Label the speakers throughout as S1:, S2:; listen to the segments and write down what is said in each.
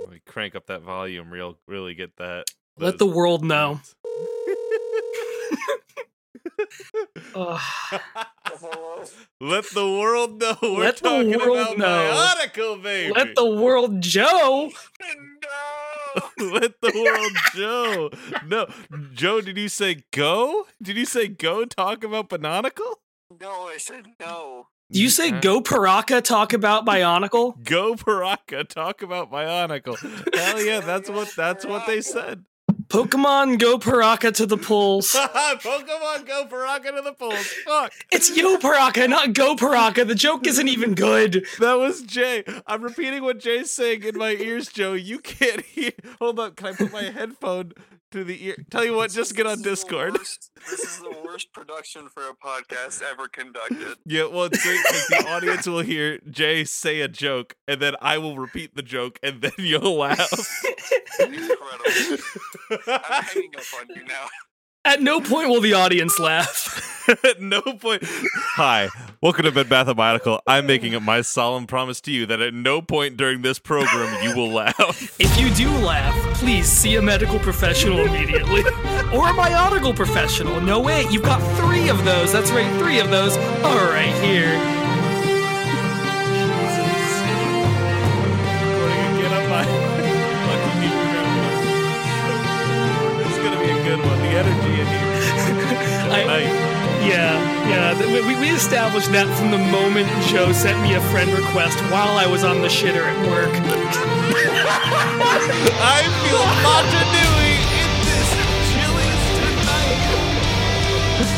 S1: Let me crank up that volume real really get that. those
S2: Let the world know.
S1: beats.
S2: Ugh.
S1: Let the world know we're
S2: Let the
S1: talking
S2: world
S1: about
S2: know.
S1: Bionicle baby.
S2: Let the world Joe.
S3: no.
S1: Let the world Joe. No, Joe, did you say go? Did you say go talk about Bionicle?
S3: No, I said no.
S2: Do you say
S1: Uh,
S2: go Paraka talk about Bionicle?
S1: Go Baraka, talk about Bionicle. Hell yeah, that's what that's what they said.
S2: Pokemon go Paraka to the polls.
S1: Pokemon Go Baraka to the polls. Fuck.
S2: It's yo Paraka, not go Paraka. The joke isn't even good.
S1: That was Jay. I'm repeating what Jay's saying in my ears, Joe. You can't hear. Hold up. Can I put my headphone to the ear? Tell you what, just get on
S3: This is the
S1: Discord.
S3: worst- this is the worst production for a podcast ever conducted.
S1: Yeah, well, it's great because the audience will hear Jay say a joke, and then I will repeat the joke, and then you'll laugh.
S3: Incredible. I'm hanging up on you now.
S2: At no point will the audience laugh.
S1: At no point. Hi, welcome to Bed Bath and Bionicle. I'm making up my solemn promise to you that at no point during this program you will laugh.
S2: If you do laugh, please see a medical professional immediately or a bionicle professional. No, wait, you've got three of those. That's right, three of those are right here.
S1: I'm gonna get up my lucky me crown. It's gonna be a good one. The energy in here.
S2: I-
S1: Nice.
S2: Yeah, yeah. th- We, we established that from the moment Joe sent me a friend request while I was on the shitter at work.
S1: I feel Maja Nui in this chilliest tonight.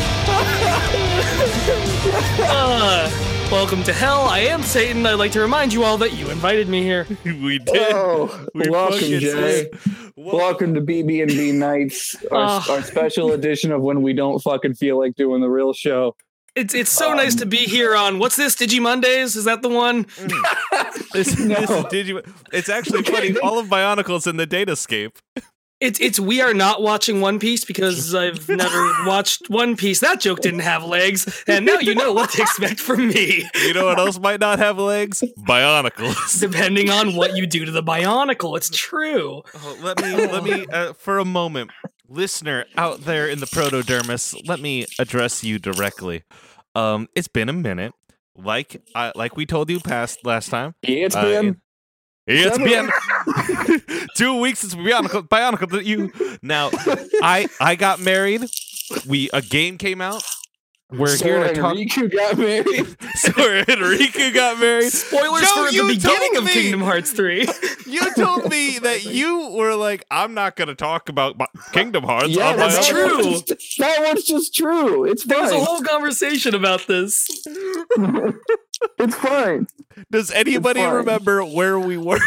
S2: Uh, welcome to hell. I am Satan. I'd like to remind you all that you invited me here.
S1: We did.
S4: Oh,
S1: We
S4: welcome,
S1: fucking
S4: Jay.
S1: did.
S4: Welcome to BB&B Nights, our,
S2: Ah.
S4: our special edition of when we don't fucking feel like doing the real show.
S2: It's it's so
S1: Um.
S2: nice to be here on what's this Digi Mondays? Is that the one?
S1: This,
S4: No.
S1: this is Digimon. It's actually funny. All of Bionicle's in the datascape.
S2: It's it's we are not watching One Piece because I've never watched One Piece. That joke didn't have legs, and now you know what to expect from me.
S1: You know what else might not have legs? Bionicles.
S2: Depending on what you do to the Bionicle, it's true.
S1: Oh, let me, let me, uh, for a moment, listener out there in the protodermis, let me address you directly. Um, it's been a minute. Like, I, like we told you past last time.
S4: It's
S1: uh,
S4: been
S1: It's
S4: Seven-
S1: been two weeks since Bionicle, Bionicle that you. Now, I, I got married. We a game came out. We're here to talk.
S4: Riku got married.
S1: So Enrico got married.
S2: Spoilers
S1: Joe,
S2: for
S1: you
S2: the beginning
S1: told
S2: of
S1: me-
S2: Kingdom Hearts 3.
S1: You told me that you were like, I'm not going to talk about Bi- Kingdom Hearts.
S4: yeah,
S1: on my
S4: that
S2: that's
S1: own."
S2: true.
S4: One's just, that one's just true. It's
S2: There was a
S4: fine.
S2: whole conversation about this.
S4: it's fine.
S1: Does anybody
S4: fine.
S1: remember where we were?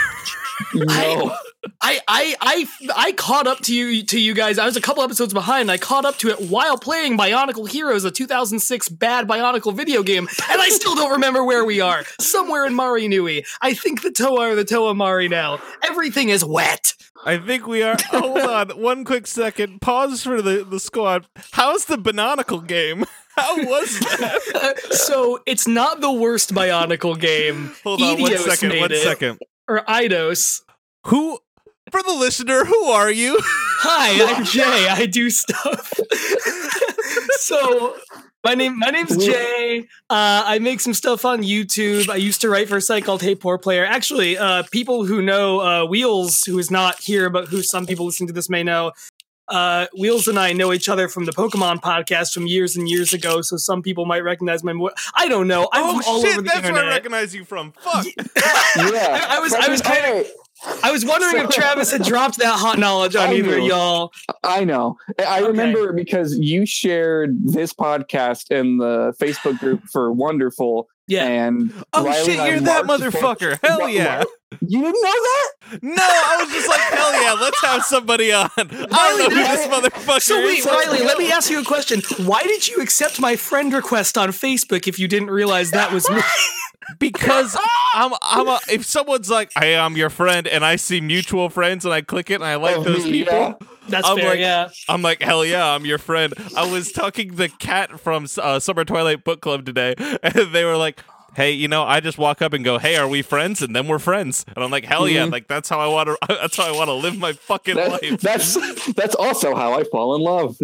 S4: No,
S2: I, I I I caught up to you to you guys. I was a couple episodes behind. and I caught up to it while playing Bionicle Heroes, a 2006 bad Bionicle video game, and I still don't remember where we are. Somewhere in Mari Nui. I think the Toa are the Toa Mari now. Everything is wet.
S1: I think we are. Hold on, one quick second. Pause for the, the squad. How's the Bananicle game? How was that?
S2: so it's not the worst Bionicle game.
S1: Hold on, one
S2: Eidos
S1: second.
S2: made
S1: One
S2: it.
S1: second.
S2: Or Eidos.
S1: Who, for the listener, who are you?
S2: Hi, I'm Jay. I do stuff. so my name my name's Jay. Uh, I make some stuff on YouTube. I used to write for a site called Hey Poor Player. Actually, uh, people who know uh, Wheels, who is not here, but who some people listening to this may know. Uh, Wheels and I know each other from the Pokemon podcast from years and years ago, so some people might recognize my. Mo- I don't know. I'm from all
S1: oh
S2: over
S1: shit,
S2: the
S1: that's where I
S2: internet.
S1: recognize you from. Fuck.
S4: yeah.
S2: I was- I was
S4: Fucking-
S2: kinda-
S4: hey,
S2: I was wondering if Travis had dropped that hot knowledge on
S4: I
S2: either of
S4: knew.
S2: y'all.
S4: I know. I- I
S2: Okay.
S4: remember because you shared this podcast in the Facebook group for Wonderful,
S2: Yeah,
S4: and
S1: Oh
S4: Riley
S1: shit,
S4: and I
S1: you're that
S4: marked the-
S1: motherfucker. Hell
S4: Marked-
S1: yeah.
S4: You didn't know that?
S1: No, I was just like, hell yeah, let's have somebody on. I don't know who this motherfucker
S2: So wait,
S1: is.
S2: Riley, let me ask you a question. Why did you accept my friend request on Facebook if you didn't realize that was me?
S1: Because I'm, I'm a, if someone's like, hey, I'm your friend, and I see mutual friends and I click it and I like
S2: Oh,
S4: Of
S1: those
S4: me,
S1: people,
S4: yeah.
S2: That's
S1: I'm
S2: fair,
S1: like-
S2: yeah.
S1: I'm like, hell yeah, I'm your friend. I was talking to Kat from uh, Summer Twilight Book Club today, and they were like, hey, you know, I just walk up and go, hey, are we friends? And then we're friends. And I'm like, hell yeah,
S2: Mm-hmm.
S4: Mhm.
S1: like that's how I want to. That's how I want to live my fucking
S4: That-
S1: life.
S4: that's that's also how I fall in love.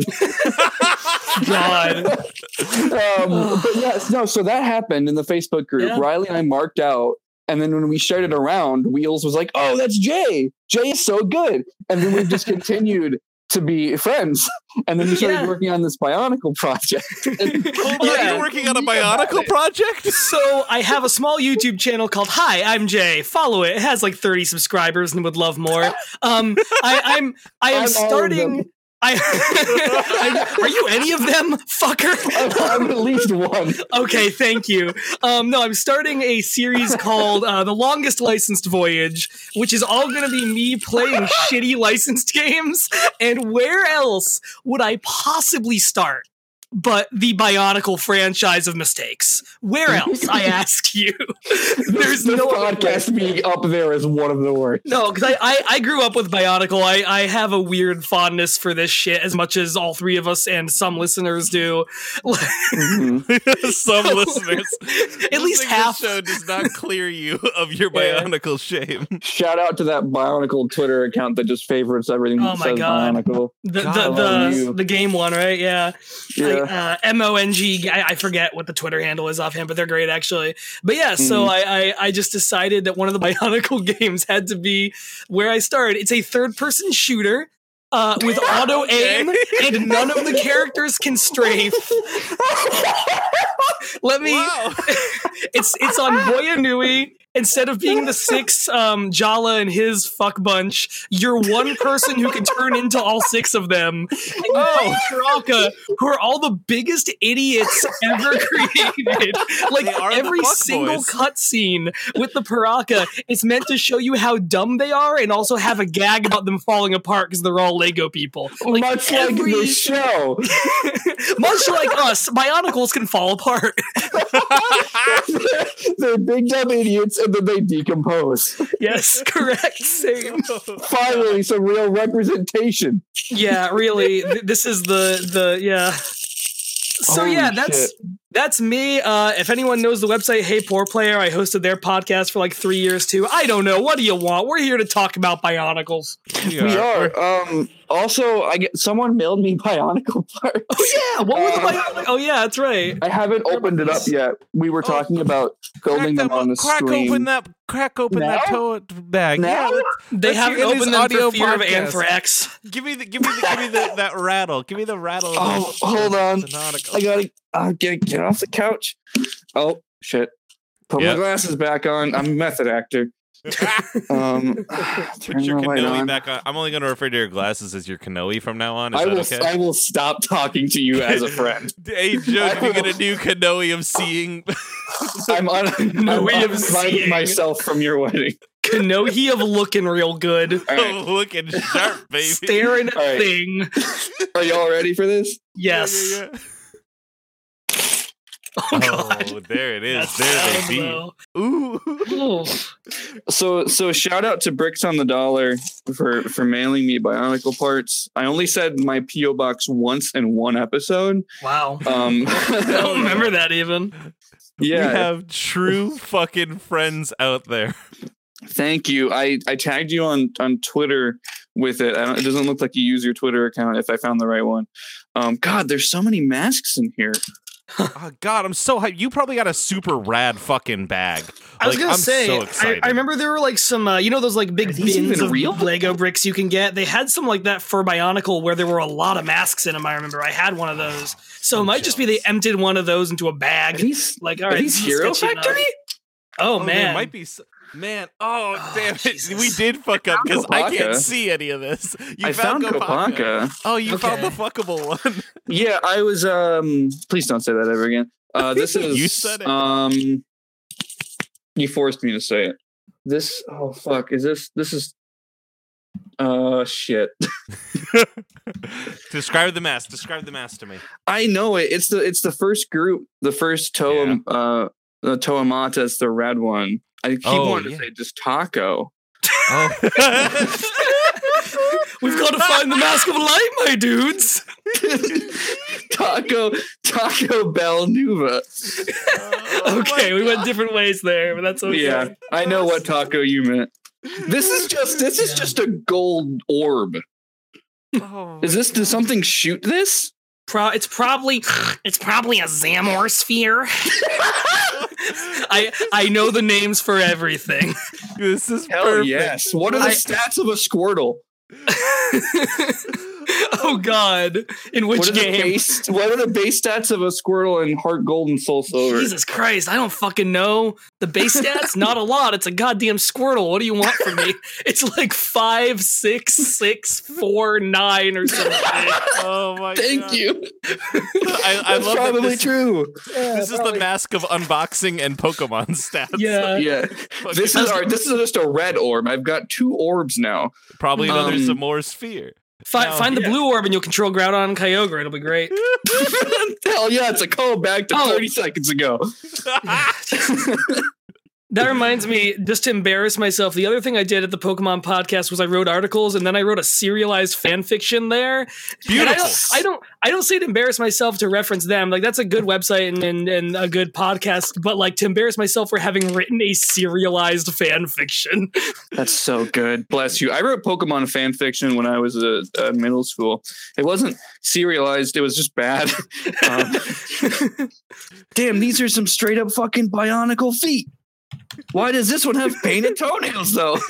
S2: God.
S4: um, but yes, no. So that happened in the Facebook group.
S2: Yeah.
S4: Riley and I marked out, and then when we shared it around, Wheels was like, "Oh, that's Jay. Jay is so good." And then we've just continued to be friends. And then we started
S2: Yeah.
S4: working on this Bionicle project.
S1: Oh, yeah.
S2: Yeah.
S1: You're working on a
S4: Think about
S1: Bionicle
S4: it.
S1: project?
S2: So I have a small YouTube channel called Hi, I'm Jay. Follow it. It has like 30 subscribers and would love more. Um, I, I'm I am
S4: I'm all of
S2: starting.
S4: them.
S2: I, I- are you any of them,
S4: I'm,
S2: fucker?
S4: I'm at least one.
S2: okay, thank you. Um, no, I'm starting a series called uh, The Longest Licensed Voyage, which is all going to be me playing shitty licensed games. And where else would I possibly start? But the Bionicle franchise of mistakes. Where else? I ask you. There's
S4: this
S2: no other place.
S4: podcast being up there is one of the worst.
S2: No, because I, I I grew up with Bionicle. I I have a weird fondness for this shit as much as all three of us and some listeners do.
S4: Mhm.
S1: Some listeners,
S2: At least
S1: listening to
S2: half.
S1: this show does not clear you of your
S2: Yeah.
S1: Bionicle shame.
S4: Shout out to that Bionicle Twitter account that just favorites everything that
S2: Oh my
S4: says
S2: God.
S4: Bionicle.
S2: The the,
S1: God,
S4: I love
S2: the,
S4: you.
S2: the game one, right? Yeah.
S4: Yeah.
S2: Like, uh, M O N G. I, I forget what the Twitter handle is offhand, but they're great actually. But yeah,
S4: Mm-hmm.
S2: so I, I I just decided that one of the Bionicle games had to be where I started. It's a third person shooter. Uh, with auto aim and none of the characters can strafe. Let me
S1: Wow.
S2: It's it's on Boya Nui. Instead of being the six um, Jala and his fuck bunch, you're one person who can turn into all six of them. And you
S1: Oh.
S2: play Soraka, who are all the biggest idiots ever created. Like
S1: They are the
S2: every
S1: fuck
S2: single
S1: boys.
S2: cutscene with the Paraka is meant to show you how dumb they are, and also have a gag about them falling apart because they're all Lego people. Like
S4: Much like
S2: every-
S4: this show.
S2: much like us, Bionicles can fall apart.
S4: They're big dumb idiots and then they decompose.
S2: Yes, correct. Same.
S4: Finally, some real representation.
S2: yeah really Th- this is the the yeah so
S4: Holy
S2: yeah that's
S4: shit.
S2: that's me uh if anyone knows the website hey poor player i hosted their podcast for like three years too i don't know what do you want we're here to talk about bionicles
S4: We are. Um, also, I get someone mailed me Bionicle parts.
S2: oh yeah what were the
S4: Uh,
S2: Bionic- oh yeah that's right
S4: I haven't opened it up yet. We were talking about
S1: Crack,
S4: building them
S1: them
S4: on the
S1: up, Oh. crack
S4: screen.
S1: open that crack open that
S4: Now?
S1: tote bag.
S4: Now?
S1: Yeah,
S2: they
S1: let's
S2: haven't
S1: hear these
S2: opened them
S1: audio
S2: for fear of
S1: podcasts.
S2: anthrax
S1: give me the give me the give me the, that rattle. Give me the rattle. of
S4: Oh,
S1: the-
S4: hold on.
S1: the nautical-
S4: I gotta uh, get get off the couch. Oh shit! Put
S1: Yeah.
S4: my glasses back on. I'm a method actor. Um, turn
S1: Put your
S4: the light
S1: canoe
S4: on.
S1: back on. I'm only going to refer to your glasses as your canoe from now on. Is
S4: I
S1: that
S4: will.
S1: okay?
S4: I will stop talking to you as a friend.
S1: Hey Joe,
S4: I
S1: did you get
S4: will-
S1: a new canoe of seeing?
S4: I'm on.
S2: No,
S4: I'm
S2: we have
S4: uninviting
S2: seeing.
S4: myself from your wedding.
S2: kanohi of looking real good
S4: All right.
S1: looking sharp, baby.
S2: staring at
S4: All right.
S2: thing
S4: Are y'all ready for this?
S1: Yeah,
S2: yes
S1: yeah, yeah.
S2: oh god
S1: Oh, there it
S2: That
S1: is. There
S2: sounds
S1: they be.
S2: low.
S1: Ooh.
S2: Oof.
S4: So so shout out to Bricks on the Dollar for for mailing me Bionicle parts. I only said my PO box once in one episode.
S2: wow
S4: Um
S2: i don't remember that even
S4: yeah.
S1: We have true fucking friends out there.
S4: thank you. I I tagged you on on Twitter with it. I don't, it doesn't look like you use your Twitter account if I found the right one. Um god, there's so many masks in here.
S1: Oh God, I'm so hyped. You probably got a super rad fucking bag.
S2: I was
S1: Like,
S2: gonna
S1: I'm
S2: say,
S1: so
S2: I,
S1: excited.
S2: I remember there were like some, uh, you know, those like big
S4: Are these
S2: bins
S4: even
S2: of
S4: real?
S2: Lego bricks you can get. They had some like that for Bionicle where there were a lot of masks in them. I remember I had one of those, so it
S1: I'm
S2: might just be they emptied one of those into a
S4: Are
S2: bag.
S4: these,
S2: Like, all
S4: are
S2: right,
S4: these
S2: this is
S4: Hero
S2: sketchy enough.
S4: Factory?
S2: Oh,
S1: there
S2: man,
S1: might be. So- man, oh,
S2: Oh,
S1: damn it, we
S2: Jesus.
S1: did fuck up because I can't
S4: Kopaka.
S1: see any of this. You
S4: I found
S1: Kopaka.
S4: Kopaka.
S1: Oh, you found the
S2: Okay.
S1: fuckable one.
S4: Yeah, I was. Um, please don't say that ever again. Uh, this is.
S1: You said it.
S4: Um, you forced me to say it. This. Oh fuck! Is this? This is. Uh, shit.
S1: Describe the mask. Describe the mask to me.
S4: I know it. It's the. It's the first group. The first Toa. Uh, the Toamata. It's the red one. I keep
S1: Oh,
S4: wanting
S1: yeah.
S4: to say just taco. Oh.
S2: we've got to find the mask of light, my dudes.
S4: Taco Taco Bell Nuva.
S1: Oh
S2: okay, we went different ways there, but that's okay.
S4: Yeah, I know what taco you meant. This is just this is
S2: Yeah.
S4: just a gold orb.
S1: Oh,
S4: Is this does something shoot this?
S2: Pro- it's probably it's probably a Zamor sphere. I I know the names for everything.
S1: this is
S4: Hell
S1: perfect.
S4: yes. What are the
S2: I-
S4: stats of a Squirtle?
S2: oh God! In which
S4: what are the
S2: game?
S4: base what are the base stats of a Squirtle and Heart Gold and Soul Silver?
S2: Jesus Christ! I don't fucking know the base stats. not a lot. It's a goddamn Squirtle. What do you want from me? It's like five, six, six, four, nine, or something.
S1: Oh my
S4: Thank
S1: God.
S4: you.
S1: I, I
S4: That's
S1: love that
S4: probably
S1: this,
S4: true.
S1: this is the mask of unboxing and Pokemon stats.
S2: yeah.
S4: Yeah.
S1: Fucking-
S4: This is our this is just a red orb. I've got two orbs now.
S1: probably another
S4: Um,
S1: Zamor sphere.
S2: Fi-
S1: No.
S2: find the
S4: Yeah.
S2: blue orb and you'll control Groudon and Kyogre. It'll be great.
S4: Hell yeah, it's a call back to
S2: Oh.
S4: 30 seconds ago.
S2: That reminds me, just to embarrass myself, the other thing I did at the Pokemon podcast was I wrote articles and then I wrote a serialized fan fiction there. And I
S1: Beautiful.
S2: don't, I don't, I don't say to embarrass myself to reference them. Like that's a good website and, and and a good podcast, but like to embarrass myself for having written a serialized fan fiction.
S4: That's so good. Bless you. I wrote Pokemon fan fiction when I was a, uh middle school. It wasn't serialized. It was just bad. Um, damn, these are some straight up fucking bionicle feet. Why does this one have painted toenails though?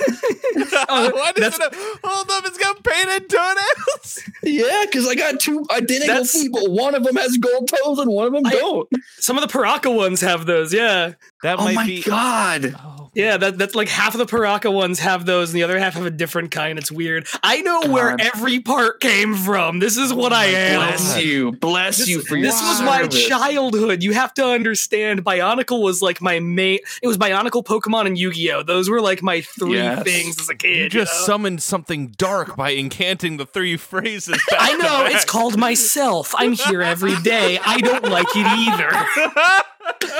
S2: Oh,
S1: Why does
S2: that's-
S1: it have- hold up, it's got painted toenails.
S4: yeah, because I got two identical
S2: That's-
S4: feet, but one of them has gold toes and one of them
S2: I-
S4: don't.
S2: Some of the Paraka ones have those, yeah,
S1: That
S4: Oh
S1: might
S4: my
S1: be.
S4: god!
S1: Oh,
S2: yeah. That, that's like half of the Paraka ones have those, and the other half have a different kind. It's weird. I know where
S4: God.
S2: every part came from. This is
S1: Oh
S2: what I am.
S4: Bless you, bless
S2: This-
S4: you for
S2: This
S4: your
S2: was my
S4: service.
S2: childhood. You have to understand. Bionicle was like my main. It was Bionicle, Pokemon, and Yu Gi Oh. Those were like my three
S4: Yes.
S2: things as a kid.
S1: you
S2: you
S1: just
S2: know?
S1: summoned something dark by incanting the three phrases. Back
S2: I know
S1: to
S2: it's
S1: back.
S2: called myself. I'm here every day. I don't like it either.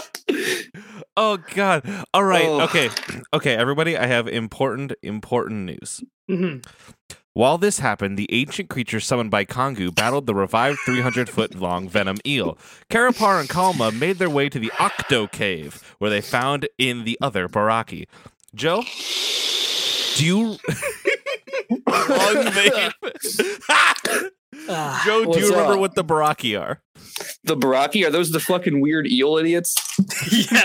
S1: oh God! All right,
S4: Oh.
S1: okay, okay, everybody. I have important, important news.
S2: Mhm.
S1: While this happened, the ancient creature summoned by Kongu battled the revived 300 foot long venom eel. Karapar and Kalma made their way to the Octo Cave, where they found in the other Baraki. Joe, do you. long name.
S2: Ah,
S1: Joe, do
S4: What's
S1: you remember
S4: up?
S1: what the Baraki are?
S4: The Baraki are those the fucking weird eel idiots?
S2: yeah.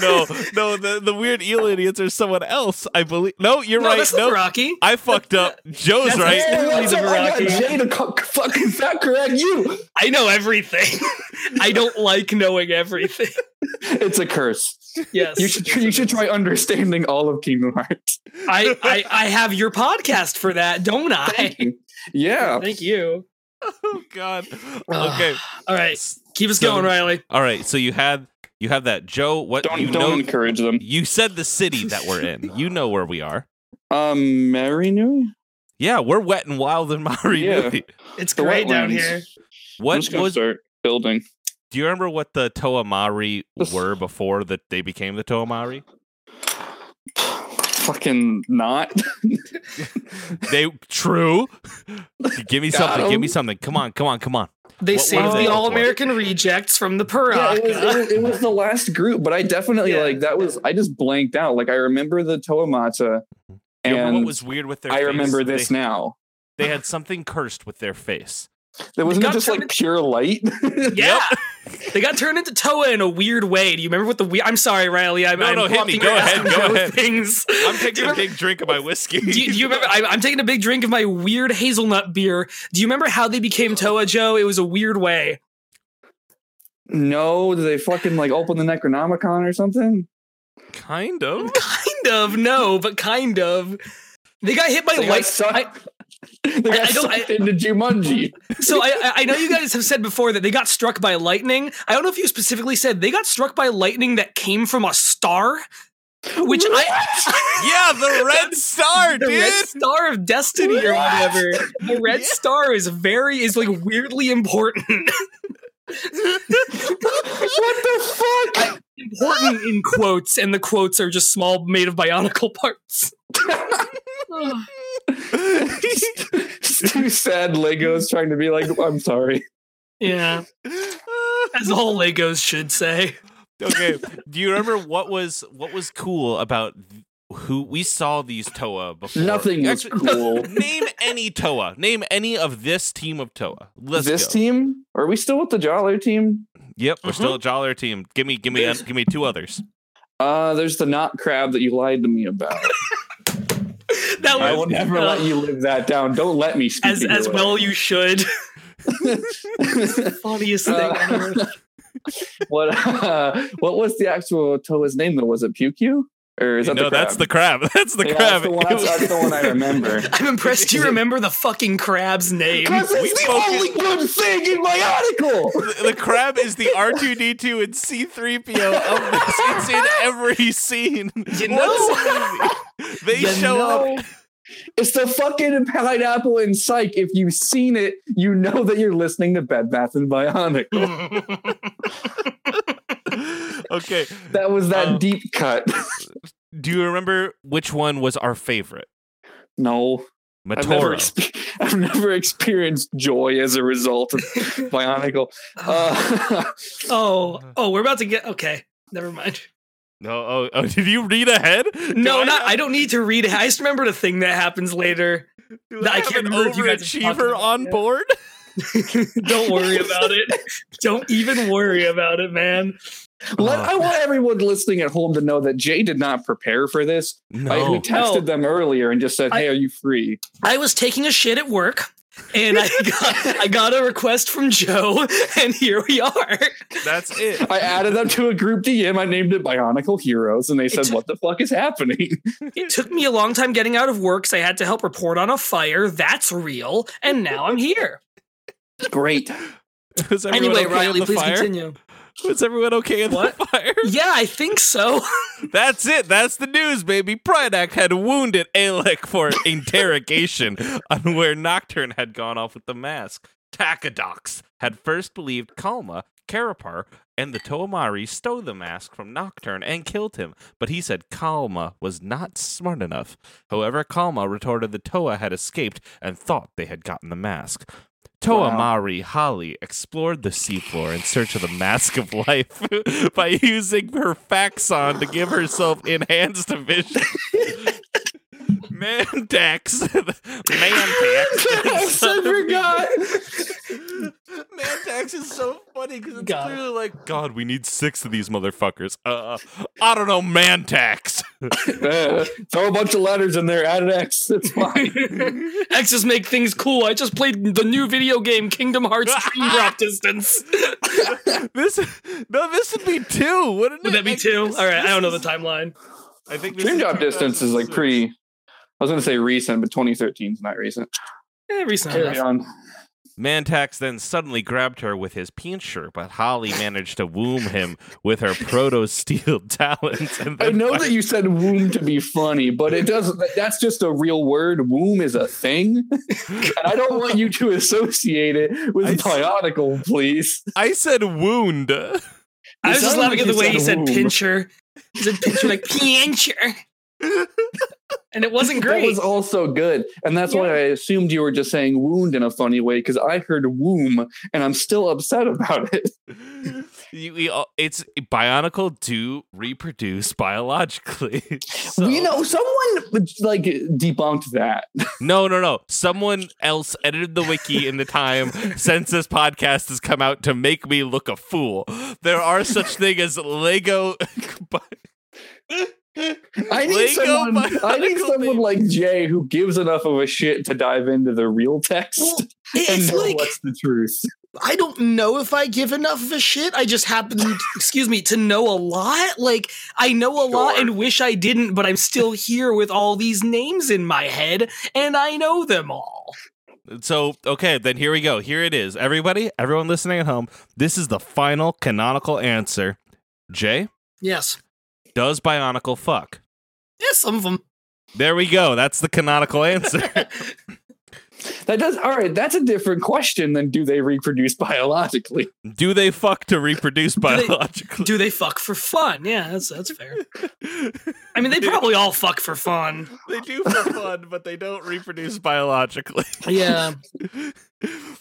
S1: no, no, the, the weird eel idiots are someone else, I believe. No, you're
S2: No,
S1: right.
S2: that's
S1: No,
S2: the Rocky.
S1: I fucked up. Joe's
S2: That's
S1: right.
S2: it. Literally the
S4: I
S2: Baraki.
S4: got Jay to co- fucking fact correct you.
S2: I know everything. I don't like knowing everything.
S4: It's a curse.
S2: Yes.
S4: You should you should try understanding all of Kingdom Hearts.
S2: I, I I have your podcast for that, don't I?
S4: Thank you. Yeah.
S2: Thank you.
S1: Oh, God. Okay.
S2: All right. Keep us
S1: So-
S2: going, Riley.
S1: All right, so you had you have that Joe. What
S4: Don't
S1: you
S4: don't
S1: know?
S4: encourage them.
S1: You said the city that we're in. You know where we are.
S4: Um, Mary Nui?
S1: Yeah, we're wet and wild in Maori.
S4: Yeah.
S2: It's
S4: The
S2: great down
S4: wetlands.
S2: here.
S4: I'm
S1: What
S4: just gonna
S1: was?
S4: start building.
S1: Do you remember what the Toa Maori
S4: This-
S1: were before that they became the Toa Maori?
S4: fucking not.
S1: They true. give me
S4: Got
S1: something. Give
S4: 'em.
S1: me something. Come on, come on, come on.
S2: They
S1: What- what
S2: saved
S4: are they
S2: the
S4: all
S2: All
S1: for?
S2: American rejects from the
S4: yeah,
S2: Paraka.
S4: it was, it, was, it was the last group, but I definitely
S2: Yeah.
S4: like that was I just blanked out. Like I remember the Toamata
S1: Do you remember
S4: and
S1: what was weird with their?
S4: I
S1: face?
S4: remember this
S1: They,
S4: now.
S1: they had something cursed with their face.
S4: There wasn't
S2: got
S4: it just
S2: turned
S4: like pure light.
S2: yeah. they got turned into Toa in a weird way. Do you remember what the we- I'm sorry, Riley. I'm,
S1: No,
S2: I'm
S1: no, hit me.
S2: blocking
S1: Go
S2: your
S1: ahead,
S2: asking
S1: go
S2: for
S1: ahead.
S2: Things.
S1: I'm
S2: Do
S1: taking
S2: you
S1: a
S2: remember-
S1: big drink of my whiskey.
S2: Do you, do you remember? I'm, I'm taking a big drink of my weird hazelnut beer. Do you remember how they became Toa, Joe? It was a weird way.
S4: no, did they fucking like open the Necronomicon or something?
S1: kind of.
S2: Kind of, no, but kind of. They got hit by
S4: They got
S2: light.
S4: sucked,
S2: I-
S4: they got
S2: I don't-
S4: sucked into Jumanji.
S2: so I, I- I know you guys have said before that they got struck by lightning. I don't know if you specifically said they got struck by lightning that came from a star, which I
S1: Yeah, the red star,
S2: the
S1: dude.
S2: red star of destiny or whatever. The red star is very is like weirdly important.
S4: what the fuck?
S2: important in quotes, and the quotes are just small made of bionicle parts.
S4: It's two sad Legos trying to be like, I'm sorry.
S2: Yeah, as all Legos should say.
S1: okay. Do you remember what was what was cool about th- who we saw these Toa before?
S4: Nothing was
S1: Actually,
S4: cool.
S1: Name any Toa. Name any of this team of Toa. Let's
S4: this
S1: go.
S4: team? Are we still with the Jolly team?
S1: Yep, we're still a Joller team. Give me, give me, give me two others.
S4: Uh, there's the knot crab that you lied to me about.
S2: That
S4: I
S2: was-
S4: will never
S2: uh,
S4: let you live that down. Don't let me speak
S2: as
S4: in your
S2: as
S4: way.
S2: well you should. Funniest thing
S4: Uh,
S2: on earth.
S4: what uh, what was the actual Toa's name though? Was it Pukyu? Or is that
S1: no,
S4: the crab?
S1: that's the crab. That's the
S4: Yeah,
S1: crab.
S4: That's the, one,
S1: It
S4: that's,
S1: was-
S4: that's the one I remember.
S2: I'm impressed you remember the fucking crab's name.
S4: Because
S1: We
S4: it's the
S1: focus-
S4: only good thing in my article.
S1: the the crab is the R two D two and C three PO of this. It's in every scene.
S2: You
S1: What's the movie? They
S2: You
S1: show up.
S4: No. It's the fucking pineapple and psych. If you've seen it, you know that you're listening to Bed Bath and Bionic.
S1: Okay.
S4: That was that
S1: Um,
S4: deep cut.
S1: Do you remember which one was our favorite?
S4: no, I've
S1: Matoro.
S4: never, expe- I've never experienced joy as a result of Bionicle. Uh,
S2: oh, oh, we're about to get okay. Never mind.
S1: No, oh, oh, did you read ahead? Do
S2: No, not.
S1: have-
S2: I don't need to read. it. I just remembered a thing that happens later.
S1: do
S2: I
S1: have
S2: can't
S1: an
S2: remember if you guys have talked
S1: overachiever
S2: about
S1: on
S2: it.
S1: board.
S2: Don't worry about it. Don't even worry about it, man.
S4: let,
S1: Oh.
S4: I want everyone listening at home to know that Jay did not prepare for this. I, we
S1: No,
S4: texted
S2: No.
S4: them earlier and just said,
S2: I-
S4: "Hey, are you free?"
S2: I was taking a shit at work. And I got I got a request from Joe, and here we are.
S1: that's it.
S4: I added them to a group DM. I named it Bionicle Heroes, and they said,
S2: It's-
S4: "What the fuck is happening?"
S2: It took me a long time getting out of work, so I had to help report on a fire. That's real, and now I'm here.
S4: Great.
S1: Was everyone okay
S2: anyway,
S1: in
S2: Riley,
S1: the
S2: please
S1: fire?
S2: continue.
S1: Was everyone okay in
S2: What?
S1: the fire?
S2: Yeah, I think so.
S1: That's it. That's the news, baby. Prydac had wounded Alec for interrogation on where Nocturne had gone off with the mask. Takadox had first believed Kalma, Karapar, and the Toamari stole the mask from Nocturne and killed him, but he said Kalma was not smart enough. However, Kalma retorted the Toa had escaped and thought they had gotten the mask. Toa
S4: Wow.
S1: Mari Holly explored the seafloor in search of the mask of life by using her faxon to give herself enhanced vision. Mantax. Mantax.
S4: I forgot.
S1: Mantax is so funny because it's
S2: Got it.
S1: clearly like, God, we need six of these motherfuckers. Uh, I don't know, Mantax.
S4: Uh, throw a bunch of letters in there. Add an X. It's fine.
S2: X's make things cool. I just played the new video game Kingdom Hearts Dream Drop Distance.
S1: this, no, this would be two, wouldn't it?
S2: Would that be
S1: Like,
S2: two? All
S1: this-
S2: right, I
S1: this
S2: don't know
S1: is-
S2: the timeline.
S1: I think this
S4: Dream
S1: is
S4: job distance is like
S1: 2006.
S4: pretty. I was gonna say recent, but 2013 is not recent.
S2: Eh, recent
S4: Carry
S2: enough.
S4: on.
S1: Mantax then suddenly grabbed her with his pincher, but Holly managed to womb him with her proto steel talons. And
S4: I
S1: then
S4: know
S1: fi-
S4: that you said womb to be funny, but it doesn't. That's just a real word. Womb is a thing, and I don't want you to associate it with
S1: I see.
S4: bionicle, please.
S1: I said wound.
S2: I was
S4: It
S2: just
S4: sounded
S2: laughing
S4: like
S2: at the
S4: you
S2: way
S4: said
S2: he said
S4: womb.
S2: pincher. He said pincher like pincher. And it wasn't
S4: That
S2: great.
S4: was also good, and that's why I assumed you were just saying wound in a funny way because I heard womb, and I'm still upset about it.
S1: You- we all- it's bionicle do reproduce biologically. So-
S4: You know, someone like debunked that.
S1: no, no, no. Someone else edited the wiki in the time since this podcast has come out to make me look a fool. There are such thing as Lego.
S4: I need
S1: Lego
S4: someone. I need
S1: bionicle
S4: someone
S1: baby.
S4: like Jay who gives enough of a shit to dive into the real text
S2: Well,
S4: and
S2: it's
S4: know
S2: like
S4: what's the truth.
S2: I don't know if I give enough of a shit. I just happen, excuse me, to know a lot. Like I know a lot
S3: Sure.
S2: and wish I didn't, but I'm still here with all these names in my head, and I know them all.
S1: So, okay, then here we go. Here it is. Everybody, everyone listening at home, this is the final canonical answer. Jay,
S2: Yes,
S1: does Bionicle fuck?
S2: yes, some of them.
S1: There we go. That's the canonical answer.
S4: That does all right. That's a different question than do they reproduce biologically?
S1: Do they fuck to reproduce
S2: they-
S1: biologically?
S2: Do they fuck for fun? Yeah, that's that's fair. I mean, they probably all fuck for fun.
S1: they do for fun, but they don't reproduce biologically.
S2: Yeah,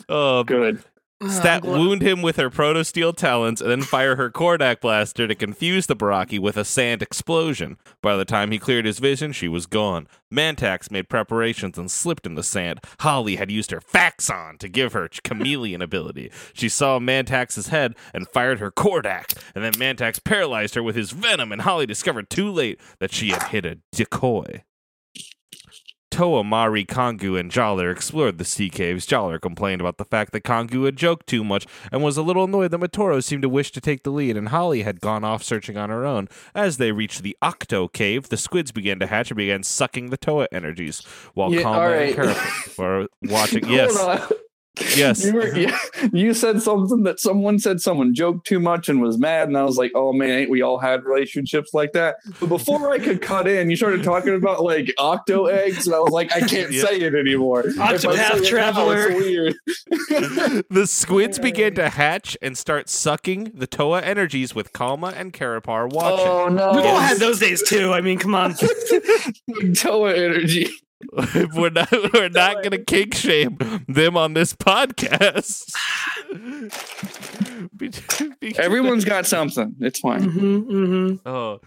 S1: Um,
S4: Good.
S2: Oh,
S1: Stat
S2: Ugh,
S1: wound him with her proto steel talons and then fire her Kordak blaster to confuse the Baraki with a sand explosion. By the time he cleared his vision, she was gone. Mantax made preparations and slipped in the sand. Holly had used her Faxon to give her chameleon ability. She saw Mantax's head and fired her Kordak, and then Mantax paralyzed her with his venom, and Holly discovered too late that she had hit a decoy. Toa Mari, Kongu, and Jollar explored the sea caves. Jollar complained about the fact that Kongu had joked too much and was a little annoyed that Matoro seemed to wish to take the lead, and Holly had gone off searching on her own. As they reached the Octo Cave, the squids began to hatch and began sucking the Toa energies, while
S4: Yeah,
S1: Kalma and
S4: all right.
S1: Karapik were watching. Yes,
S4: Hold on.
S1: yes.
S4: You, were, yeah, you said something that someone said someone joked too much and was mad, and I was like, "Oh man, ain't we all had relationships like that?" But before I could cut in, you started talking about like octo eggs, and I was like, "I can't
S1: Yeah.
S4: say it anymore." If I say
S2: Octopath
S4: it now,
S2: Traveler.
S4: it's weird.
S1: the squids began to hatch and start sucking the Toa energies with Kalma and Karapar watching.
S4: Oh no!
S2: We've all had those days too. I mean, come on.
S4: Toa energy.
S1: we're not we're not gonna kink shame them on this podcast. Be- be-
S4: Everyone's got something. It's fine.
S2: mm-hmm.
S1: oh.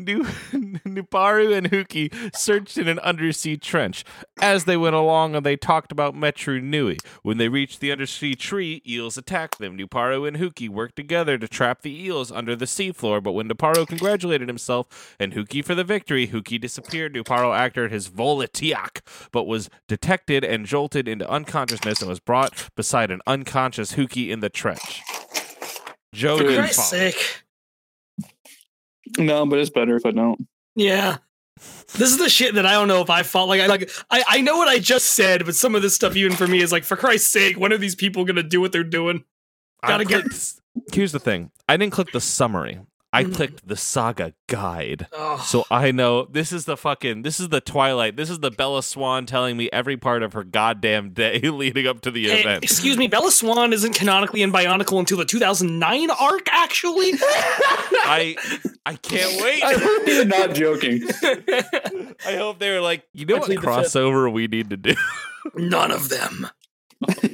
S1: New, Nuparu and Huki searched in an undersea trench. As they went along, and they talked about Metru Nui. When they reached the undersea tree, eels attacked them. Nuparu and Huki worked together to trap the eels under the seafloor, but when Nuparu congratulated himself and Huki for the victory, Huki disappeared. Nuparu acted his volatiak, but was detected and jolted into unconsciousness and was brought beside an unconscious Huki in the trench. Joe
S4: For
S2: Christ's sake. Mm.
S4: No, but it's better if I don't.
S2: Yeah. This is the shit that I don't know if I fought like I like I, I know what I just said, but some of this stuff even for me is like for Christ's sake, when are these people gonna do what they're doing?
S1: I
S2: Gotta get-
S1: clicked- Here's the thing. I didn't click the summary. I
S2: Mm.
S1: clicked the saga guide.
S2: Oh.
S1: So I know this is the fucking this is the Twilight. This is the Bella Swan telling me every part of her goddamn day leading up to the
S2: Eh,
S1: event.
S2: excuse me, Bella Swan isn't canonically in Bionicle until the 2009 arc, actually.
S1: I I can't wait.
S4: I hope you're not joking.
S1: I hope they were like, you know what
S2: Complete the film.
S1: crossover we need to do.
S2: None of them.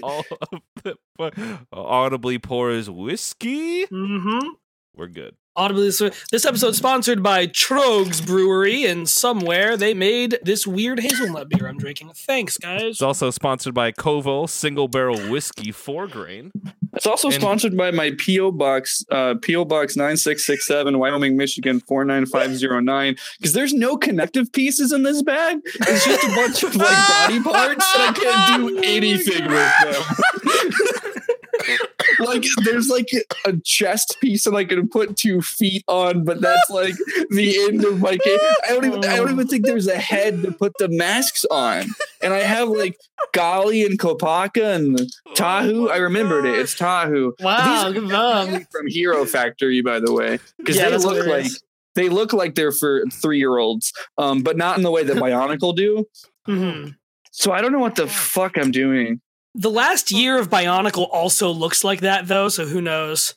S1: All of the fu- audibly pours whiskey.
S2: Mm-hmm.
S1: We're good.
S2: Audibly, so this episode sponsored by Trogs Brewery, and somewhere they made this weird hazelnut beer I'm drinking. Thanks, guys.
S1: It's also sponsored by Koval Single Barrel Whiskey Four Grain.
S4: It's also
S1: And-
S4: sponsored by my PO box, uh, PO box nine six six seven, Wyoming, Michigan four nine five zero nine. Because there's no connective pieces in this bag. It's just a bunch of like body parts, and I can't do anything with them. like there's like a chest piece, and I can put two feet on, but that's like the end of my game. I don't even. I don't even think there's a head to put the masks on, and I have like Golly and Kopaka and. Tahu. I remembered it. It's Tahu. Wow,
S2: good
S4: From Hero Factory, by the way. Because they look like they look like they're for three year olds. Um, but not in the way that Bionicle do. So I don't know what the fuck I'm doing.
S2: Mhm. The last year of Bionicle also looks like that, though, so who knows?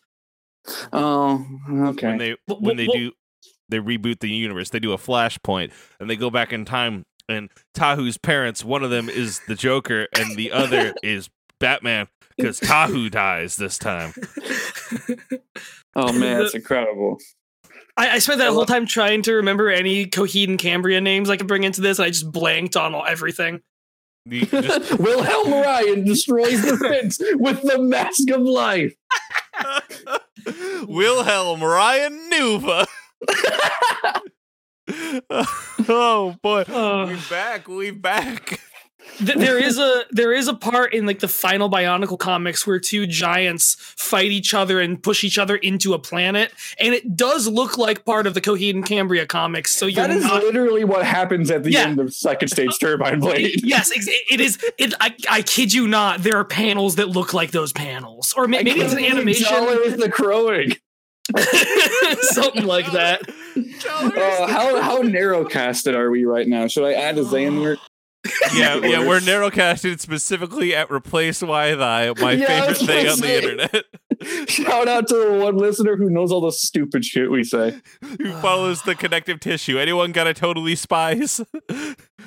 S4: Oh,
S1: when
S4: okay.
S1: they
S2: Wh- wh-
S1: when they
S2: wh-
S1: do they reboot the universe they do a flashpoint and they go back in time and tahu's parents one of them is the joker and the other is batman because tahu dies this time
S4: Oh man, that's incredible.
S2: I, I spent that whole time trying to remember any Coheed and Cambria names I could bring into this, and I just blanked on all, everything.
S1: You just-
S4: Wilhelm Ryan destroys the fence with the mask of life.
S1: wilhelm ryan nuva oh boy
S2: Ugh.
S1: we back we back
S2: Th- there is a there is a part in like the final Bionicle comics where two giants fight each other and push each other into a planet, and it does look like part of the Coheed and Cambria comics. So you're
S4: That is
S2: not.
S4: literally what happens at the
S2: Yeah.
S4: end of Second Stage Turbine Blade.
S2: Yes, ex- it is. It, I, I kid you not. There are panels that look like those panels, or may- maybe it's an animation,
S4: Dollar is the crowing.
S2: something like that.
S4: Oh, how how narrow casted are we right now? Should I add a Xander?
S1: yeah yeah we're narrowcasted specifically at replace why thy my
S4: Yeah, I
S1: favorite
S4: was
S1: thing
S4: gonna
S1: on the
S4: say.
S1: internet
S4: Shout out to the one listener who knows all the stupid shit we say.
S1: who follows the connective tissue. Anyone got a totally spies?
S2: Oh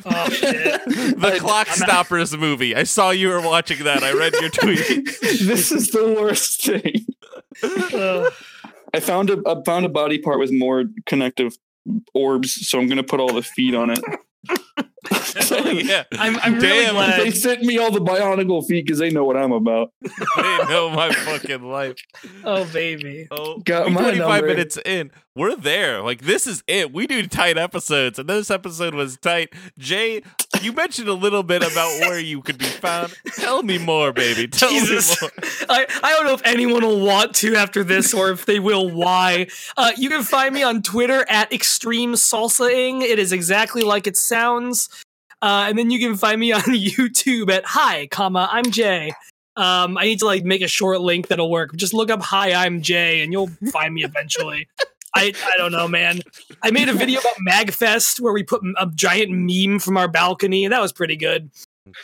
S2: shit.
S1: The
S4: Uh,
S1: Clock Stoppers movie. I saw you were watching that. I read your tweet.
S4: this is the worst thing.
S2: Uh,
S4: I found a I found a body part with more connective orbs, so I'm gonna put all the feet on it.
S1: yeah.
S2: I'm, I'm really
S1: Damn,
S2: glad.
S4: they sent me all the bionicle feet because they know what I'm about.
S1: They know my fucking life.
S2: Oh baby.
S1: Oh,
S4: Got
S1: we're
S4: my
S1: 25
S4: number.
S1: minutes in. We're there. Like, this is it. We do tight episodes, and this episode was tight. Jay, you mentioned a little bit about where you could be found. Tell me more, baby. Tell
S2: Jesus.
S1: me more.
S2: I, I don't know if anyone will want to after this or if they will why. Uh, you can find me on Twitter at Extreme Salsaing. It is exactly like it sounds. Uh, and then you can find me on YouTube at Hi, comma, I'm Jay. Um, I need to like make a short link that'll work. Just look up Hi, I'm Jay and you'll find me eventually. I, I don't know, man. I made a video about MagFest where we put a giant meme from our balcony. That was pretty good.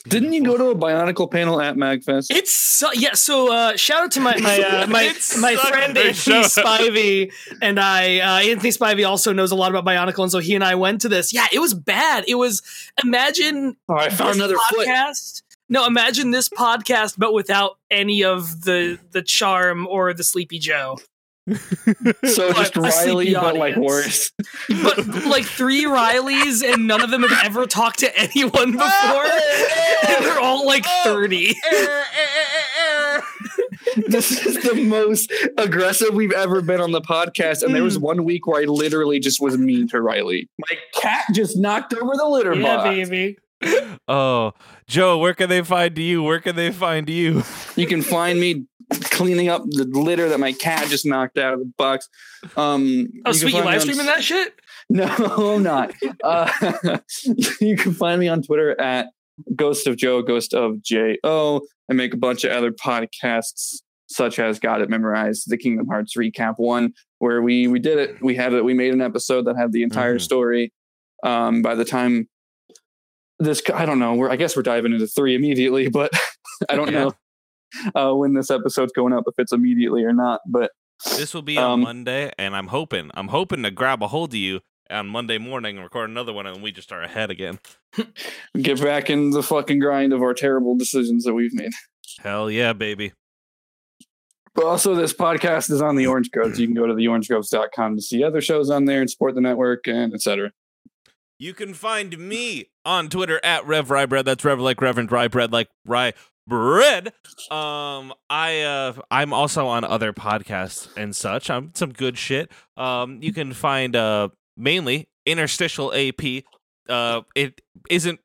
S4: Didn't you go to a bionicle panel at Magfest?
S2: It's so, yeah. So uh, shout out to my my uh, my,
S1: It
S2: my
S1: sucked
S2: friend
S1: they
S2: Anthony
S1: showed up.
S2: Spivey and I. Uh, Anthony Spivey also knows a lot about Bionicle, and so he and I went to this. Yeah, it was bad. It was imagine
S4: Oh, I
S2: this podcast. No, imagine this podcast, but without any of the the charm or the Sleepy Joe.
S4: So
S2: But
S4: just
S2: a
S4: Riley,
S2: sleepy
S4: but like
S2: audience.
S4: worse.
S2: But like three Rileys, and none of them have ever talked to anyone before. And they're all like thirty.
S4: this is the most aggressive we've ever been on the podcast. And there was one week where I literally just was mean to Riley. My cat just knocked over the litter
S2: Yeah,
S4: box.
S2: baby.
S1: Oh, Joe, where can they find you? Where can they find you?
S4: You can find me cleaning up the litter that my cat just knocked out of the box. Um,
S2: Oh,
S4: can
S2: sweet, you
S4: find me
S2: live
S4: on-
S2: streaming that shit?
S4: No, I'm not. Uh, you can find me on Twitter at Ghost of Joe, Ghost of J O. I make a bunch of other podcasts, such as Got It Memorized, the Kingdom Hearts recap one, where we we did it. We had it. We made an episode that had the entire
S1: Mhm.
S4: story. Um, by the time this, I don't know. We're I guess we're diving into three immediately, but I don't
S1: Yeah.
S4: know uh, when this episode's going up if it's immediately or not. But
S1: This will be on
S4: Um,
S1: Monday, and I'm hoping, I'm hoping to grab a hold of you on Monday morning and record another one, and we just are ahead again.
S4: get back in the fucking grind of our terrible decisions that we've made.
S1: Hell yeah, baby.
S4: But also, this podcast is on the Orange Groves. You can go to theorangegroves.com to see other shows on there and support the network and etc.
S1: You can find me on Twitter at Rev Rye Bread. That's Rev like Reverend Rye Bread like Rye Bread. Um, I uh, I'm also on other podcasts and such. I'm some good shit. Um, you can find uh mainly interstitial AP. Uh, it isn't.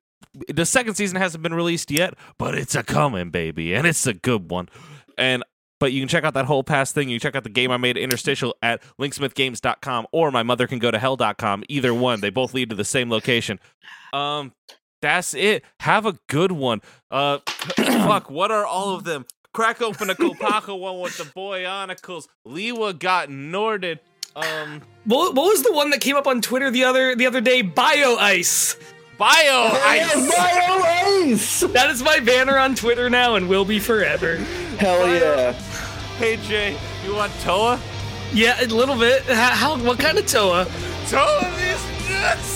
S1: The second season hasn't been released yet, but it's a coming, baby, and it's a good one. And but you can check out that whole past thing. You can check out the game I made interstitial at linksmithgames.com or my mother can go to hell.com. Either one. They both lead to the same location. Um that's it. Have a good one. Uh fuck, what are all of them? Crack open a Kopaka one with the boy onacles. Lewa got Norded. Um
S2: What, what was the one that came up on Twitter the other the other day? Bio Ice.
S1: Bio Ice.
S2: That is my banner on Twitter now and will be forever.
S4: Hell yeah.
S1: Hey Jay, you want Toa?
S2: Yeah, a little bit. How, how what kind of Toa?
S1: Toa these nuts!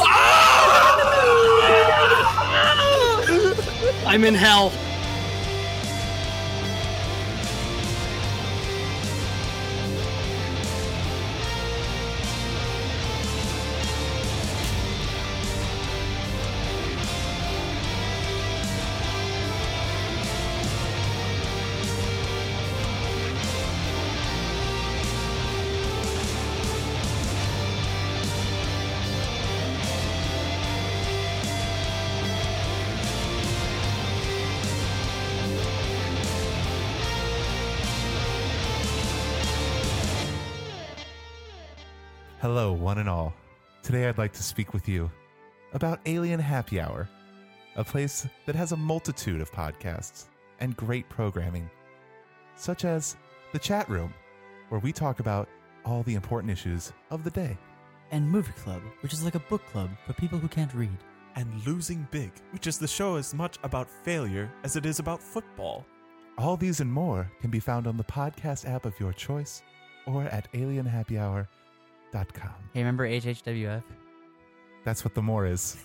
S2: I'm in hell.
S5: Hello, one and all. Today I'd like to speak with you about Alien Happy Hour, a place that has a multitude of podcasts and great programming, such as The Chat Room, where we talk about all the important issues of the day,
S6: and Movie Club, which is like a book club for people who can't read.
S7: and Losing Big, which is the show as much about failure as it is about football.
S5: All these and more can be found on the podcast app of your choice or at alienhappyhour.com.
S6: Hey, remember HHWF?
S5: That's what the more is.